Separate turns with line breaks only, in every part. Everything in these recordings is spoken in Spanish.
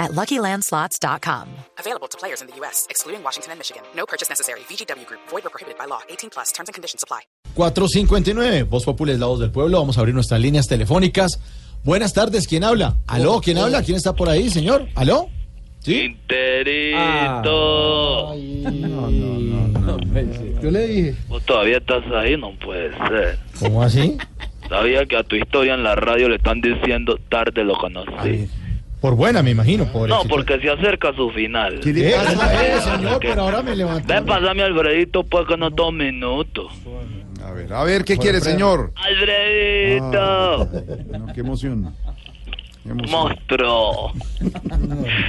at luckylandslots.com.
Available to players in the U.S., excluding Washington and Michigan. No purchase necessary. VGW Group, void or prohibited by law. 18 plus terms and conditions apply.
459, Voz Popular es la voz del pueblo. Vamos a abrir nuestras líneas telefónicas. Buenas tardes, ¿quién habla? ¿Aló? ¿Quién habla? ¿Quién está por ahí, señor? ¿Aló? ¿Sí?
Interito.
Ah. Yo le dije.
Vos todavía estás ahí, no puede ser.
¿Cómo así?
Sabía que a tu historia en la radio le están diciendo tarde lo conocí.
Por buena, me imagino. Por
No,
éxito.
porque Ah, se acerca su final.
¿Qué pasa, eh, señor? Pero ahora me levantó.
Ven, pasame Alfredito, pues que no tome minuto.
A ver, a ver, ¿qué quiere, señor?
Alfredito,
Ah.
No, qué emoción. Qué emoción.
monstruo.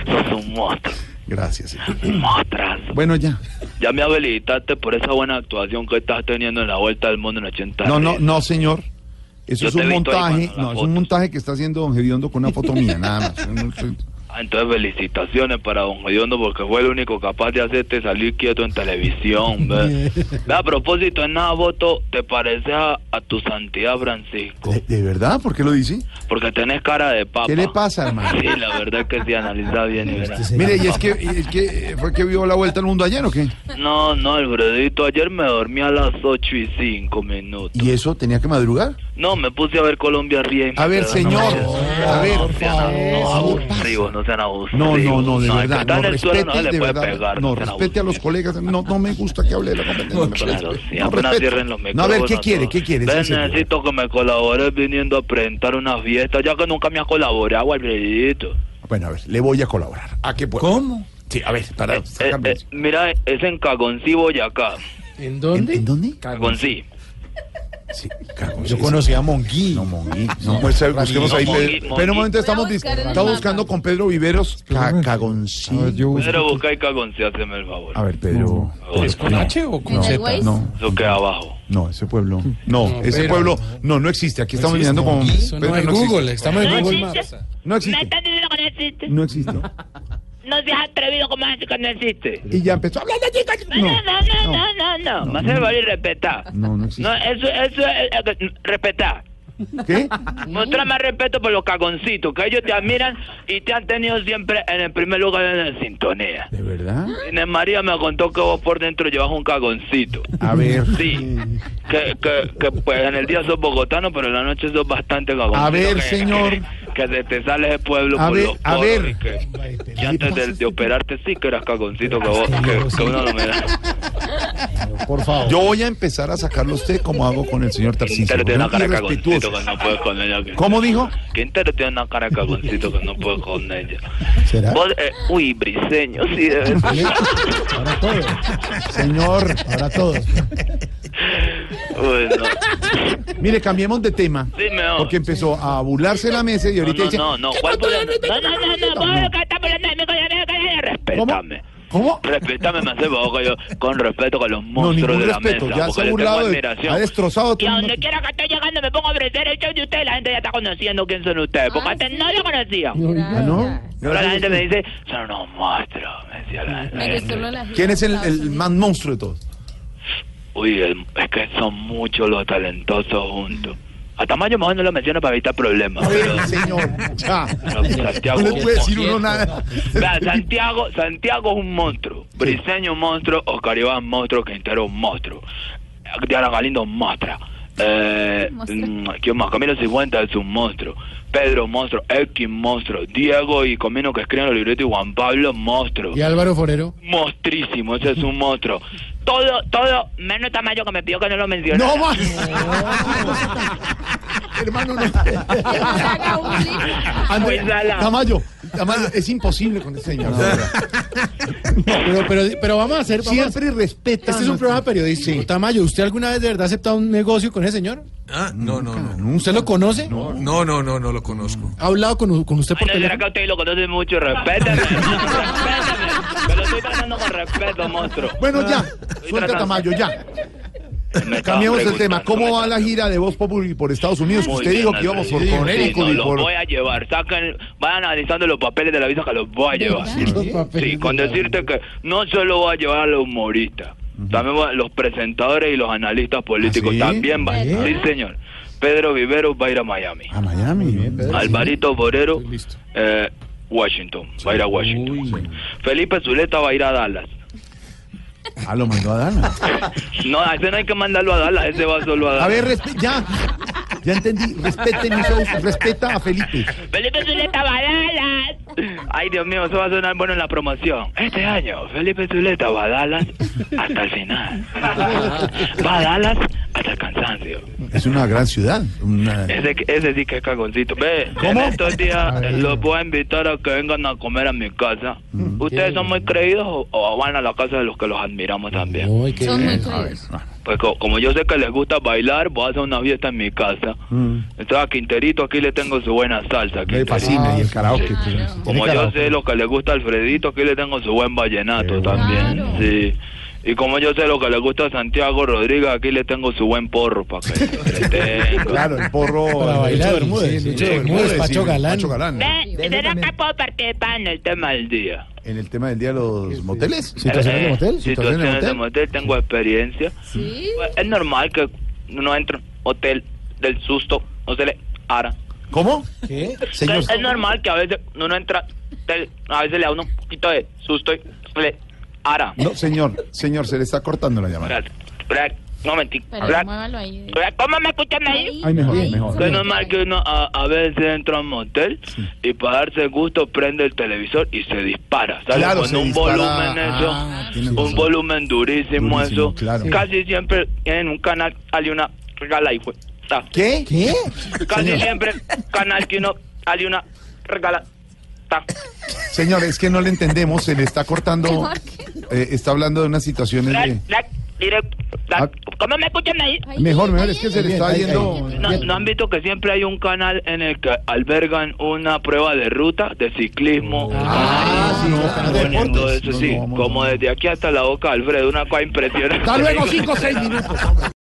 Sos un monstruo.
Gracias. señor.
Mostras.
Bueno, ya.
Ya me habilitaste por esa buena actuación que estás teniendo en la vuelta del mundo en 80
No, no,
días.
no, señor. Eso
Yo
es
te
un
he visto ahí
montaje.
cuando
No,
las
es un
fotos.
montaje que está haciendo Don Gediondo con una foto mía, nada más. Yo no estoy-
Ah, Entonces felicitaciones para Don Gediondo porque fue el único capaz de hacerte salir quieto en televisión. ¿ves? Ve, a propósito, en nada voto te pareces a, a tu santidad Francisco
¿De, de verdad? ¿Por qué lo dice?
porque tenés cara de papa.
¿Qué le Este pasa, hermano?
Sí, la verdad es que si analiza bien y verás.
Mire, ¿y es que, y es que eh, fue que vio la vuelta al mundo ayer o qué?
No, no, Alfredito, ayer me dormí a las 8 y 5 minutos.
¿Y eso tenía que madrugar?
No, me puse a ver Colombia Riel.
A ver, señor. A ver.
No, abusivos, no sean abusivos.
No, no, no, de
el que
verdad.
está
No,
en el suelo no
respete,
se le
de
puede
verdad.
pegar.
No,
sean
respete a los
abusivos.
colegas. No, no me gusta que hable de la competencia. me parece.
Claro, sí,
No,
apenas
respete.
cierren los
No, a
micrófonos.
ver, ¿qué quiere? ¿Qué quiere?
Ven,
Sí, señor.
necesito que me colabores viniendo a presentar una fiesta, ya que nunca me has colaborado, Alfredito.
Bueno, a ver, le voy a colaborar. ¿A qué puedo?
¿Cómo?
Sí, a ver, para
Eh,
sacarme
eh,
eso.
mira, es en Cagoncí, Boyacá.
¿En
¿En, en dónde?
Cagoncí.
Sí, cagón,
Yo
sí,
conocía a Monguí.
sí. No, Monguí. No, pues, eh, busquemos
No,
ahí.
Monguí,
Pedro.
Monguí.
Pero un momento, estamos,
Voy a buscar
dis-
el
estamos
mapa.
buscando con Pedro Viveros. Ca- Cagoncillo.
Pedro, busca y Cagoncí, haceme el favor.
A ver, Pedro.
¿Es
con H o
con ¿En el Waze?
No,
Eso queda abajo.
no, ese pueblo. No, ese pueblo. No, no existe. Aquí estamos mirando con. Pedro,
No, en
existe.
Google, estamos en Google Maps.
No
Me
existe.
están diciendo que no existe.
No existe.
No seas atrevido como así que no existe.
Y ya empezó a hablar de chicas.
No, no, no, no, no, no. Más se vale respetar.
No, no existe.
No, eso, eso es eh, eh, respetar.
¿Qué?
Otra
Muestra más respeto por los cagoncitos, que ellos te admiran y te han tenido siempre en el primer lugar en la sintonía.
¿De verdad?
Inés María me contó que vos por dentro llevas un cagoncito.
A ver.
Sí, que, que, que, pues en el día sos bogotano, pero en la noche sos bastante cagón.
A ver,
Que-
señor.
Que, se te sale de pueblo
A
por
ver,
los
a
poros
ver.
y que- y antes de, de operarte sí que eras cagoncito, que vos, que, que uno no me da.
Por favor.
Yo voy a empezar a sacarlo a usted como hago con el señor Tarcísio.
Quintero tiene
¿no?
una cara de
Irrespetuoso.
cagoncito que no puedes con ella. que-
¿Cómo dijo?
Quintero tiene una cara de cagoncito que no puedes con ella.
¿Será?
Vos, eh, uy, briseño, sí, de verdad.
Ahora todo.
Señor.
Ahora todo.
Uy, no.
Mire, cambiemos de tema.
Sí, mejor.
Porque empezó a burlarse la mesa y ahorita dice.
No, no, no, ¿cuál burla?
No, no, no, no, vos lo que estás hablando de mí, coño, no, coño,
Respétame.
¿Cómo?
Respétame, me hace boca yo, con respeto con los
No,
monstruos de
ningún
la
respeto.
mesa,
Ya
porque
se ha
le
burlado.
tengo
de- ha
admiración.
destrozado
Y
todo
a
el
donde
mundo.
quiera que estoy llegando me pongo a ofrecer el show de ustedes, la gente ya está conociendo quién son ustedes, porque
Ah,
antes
sí.
no lo conocía.
Ah, ¿no?
Ahora la
Gracias.
gente me dice, son unos monstruos, me decía la la
Me gustó
gente.
lo de la gira
¿Quién es el,
de Estados
el
Unidos.
más monstruo de todos?
Uy, el- es que son muchos los talentosos juntos. A Tamayo mejor no lo menciono para evitar problemas. pero-
Oye, señor. Ya.
pero Santiago
No le
es un
puede decir
monstruo.
uno nada.
Vea, Santiago, Santiago es un monstruo. Briseño un monstruo, Oscar Iván monstruo, Quintero un monstruo. Diana Galindo un monstruo. Eh,
Monstruo.
mm, ¿Quién más? Camilo 50 es un monstruo. Pedro monstruo, X monstruo. Diego y Comino que escriben los libretos y Juan Pablo monstruo.
¿Y Álvaro Forero?
Monstrísimo, ese es un monstruo. Todo, todo, menos Tamayo que me pidió que no lo mencionara.
No más. Hermano, no.
Haga un libro.
André,
Pues, ala.
Tamayo, Tamayo, es imposible con este señor.
Pero, pero, pero vamos a hacer. Vamos a hacer-
Siempre respeta.
este es un programa periodístico. Tamayo, ¿usted alguna vez de verdad ha aceptado un negocio con ese señor?
Ah, no, no, no.
¿Usted lo conoce?
No, no, no, no lo conozco.
¿Ha hablado con, con usted
Ay,
por
no, será
teléfono?
que a usted lo conoce mucho, respétame. respétame. Pero estoy tratando con respeto, monstruo.
Bueno, ya.
Estoy
Suelta
tratando.
Tamayo, ya.
me
Cambiamos el
estaban
tema. ¿Cómo
preguntando,
va
me
la
estaban
gira de Voz Populi por Estados Unidos?
Muy
Usted
bien,
dijo que
Alfredo.
íbamos por
Sí,
Connecticut
no,
y
los
por...
voy a llevar. Saquen, vayan analizando los papeles de la visa que los voy a llevar.
Los papeles
Sí, con
de la
decirte que no solo voy a llevar a los humoristas, también voy a- los presentadores y los analistas políticos
¿Ah, sí?
también van.
¿Verdad?
Sí, señor. Pedro Viveros va a ir a Miami.
A Miami.
Alvarito Borero,
listo.
eh, Washington, va a ir a Washington. Felipe Zuleta va a ir a Dallas.
Ah, lo mandó a Dana.
No, a ese no hay que mandarlo a Dallas, ese va solo a Dallas.
A ver, respe- ya. Ya entendí. Respeten mis shows. Respeta a Felipe.
Felipe Zuleta Badalas. Ay, Dios mío, eso va a sonar bueno en la promoción. Este año, Felipe Zuleta Badalas hasta el final. Badalas hasta el cansancio.
Es una gran ciudad. Una...
Ese, ese sí que es cagoncito. Ve, en
¿Cómo?
estos días eh, los voy a invitar a que vengan a comer a mi casa. ¿Ustedes son muy creídos o, o van a la casa de los que los admiramos también?
Uy, qué
Son muy
bien.
crueles.
Pues co- como yo sé que les gusta bailar, voy a hacer una fiesta en mi casa. Entonces a Quinterito aquí le tengo su buena salsa.
Me
Quinterito.
fascina y el karaoke. pues, tiene
Como yo
karaoke.
sé lo que le gusta a Alfredito, aquí le tengo su buen vallenato también.
Claro.
Sí. Y como yo sé lo que le gusta a Santiago Rodríguez, aquí le tengo su buen porro para que se entretenga.
Claro, el porro.
Para bailar.
Lucho Bermúdez.
Sí, Lucho
Lucho
Bermúdez,
Bermúdez,
Pacho
sí,
Galán.
Pacho Galán.
Ve, ¿Será que puedo participar en el tema del día?
En el tema del día de los moteles.
¿Situaciones de
Eh,
motel?
Situaciones de
motel?
motel, tengo experiencia.
Sí.
Pues, Es normal que uno entre en hotel del susto, no se le ara.
¿Cómo?
¿Qué?
Señor.
Es normal que a veces uno entra, hotel, a veces le da uno un poquito de susto y se le ara.
No, señor, señor, se le está cortando la llamada.
Black, black, no mentí.
Pero
black,
muévalo ahí.
black, ¿Cómo me escuchan ahí?
Ay, mejor,
ahí,
mejor.
sobre
Que
la
no es mal que
calle.
uno a, a veces entra a un motel y para darse gusto prende el televisor y se dispara. ¿Sale?
Claro,
Con
se
un
dispara.
volumen eso,
Ah, tienes
un
razón.
volumen durísimo,
Durísimo,
eso.
claro.
Casi siempre en un canal hay una regala y fue. ta.
¿Qué? ¿Qué?
Casi
Señor.
siempre canal que uno hay una regala. ta.
Señor, es que no le entendemos, se le está cortando.
¿Por qué no?
Eh, está hablando de unas situaciones
Black,
de.
black, direct, black.
Ah.
¿Cómo me escuchan ahí?
Ahí,
Mejor, mejor,
ahí,
es que se le
ahí.
está
Ahí, ahí,
yendo.
ahí.
¿No, no han visto que siempre hay un canal en el que albergan una prueba de ruta de ciclismo?
Ah, sí, los canales de
Poniendo
deportes.
eso,
No,
sí,
no, vamos,
como
no.
desde aquí hasta la boca, Alfredo, una cosa impresionante.
Hasta luego, cinco o seis minutos. hombre.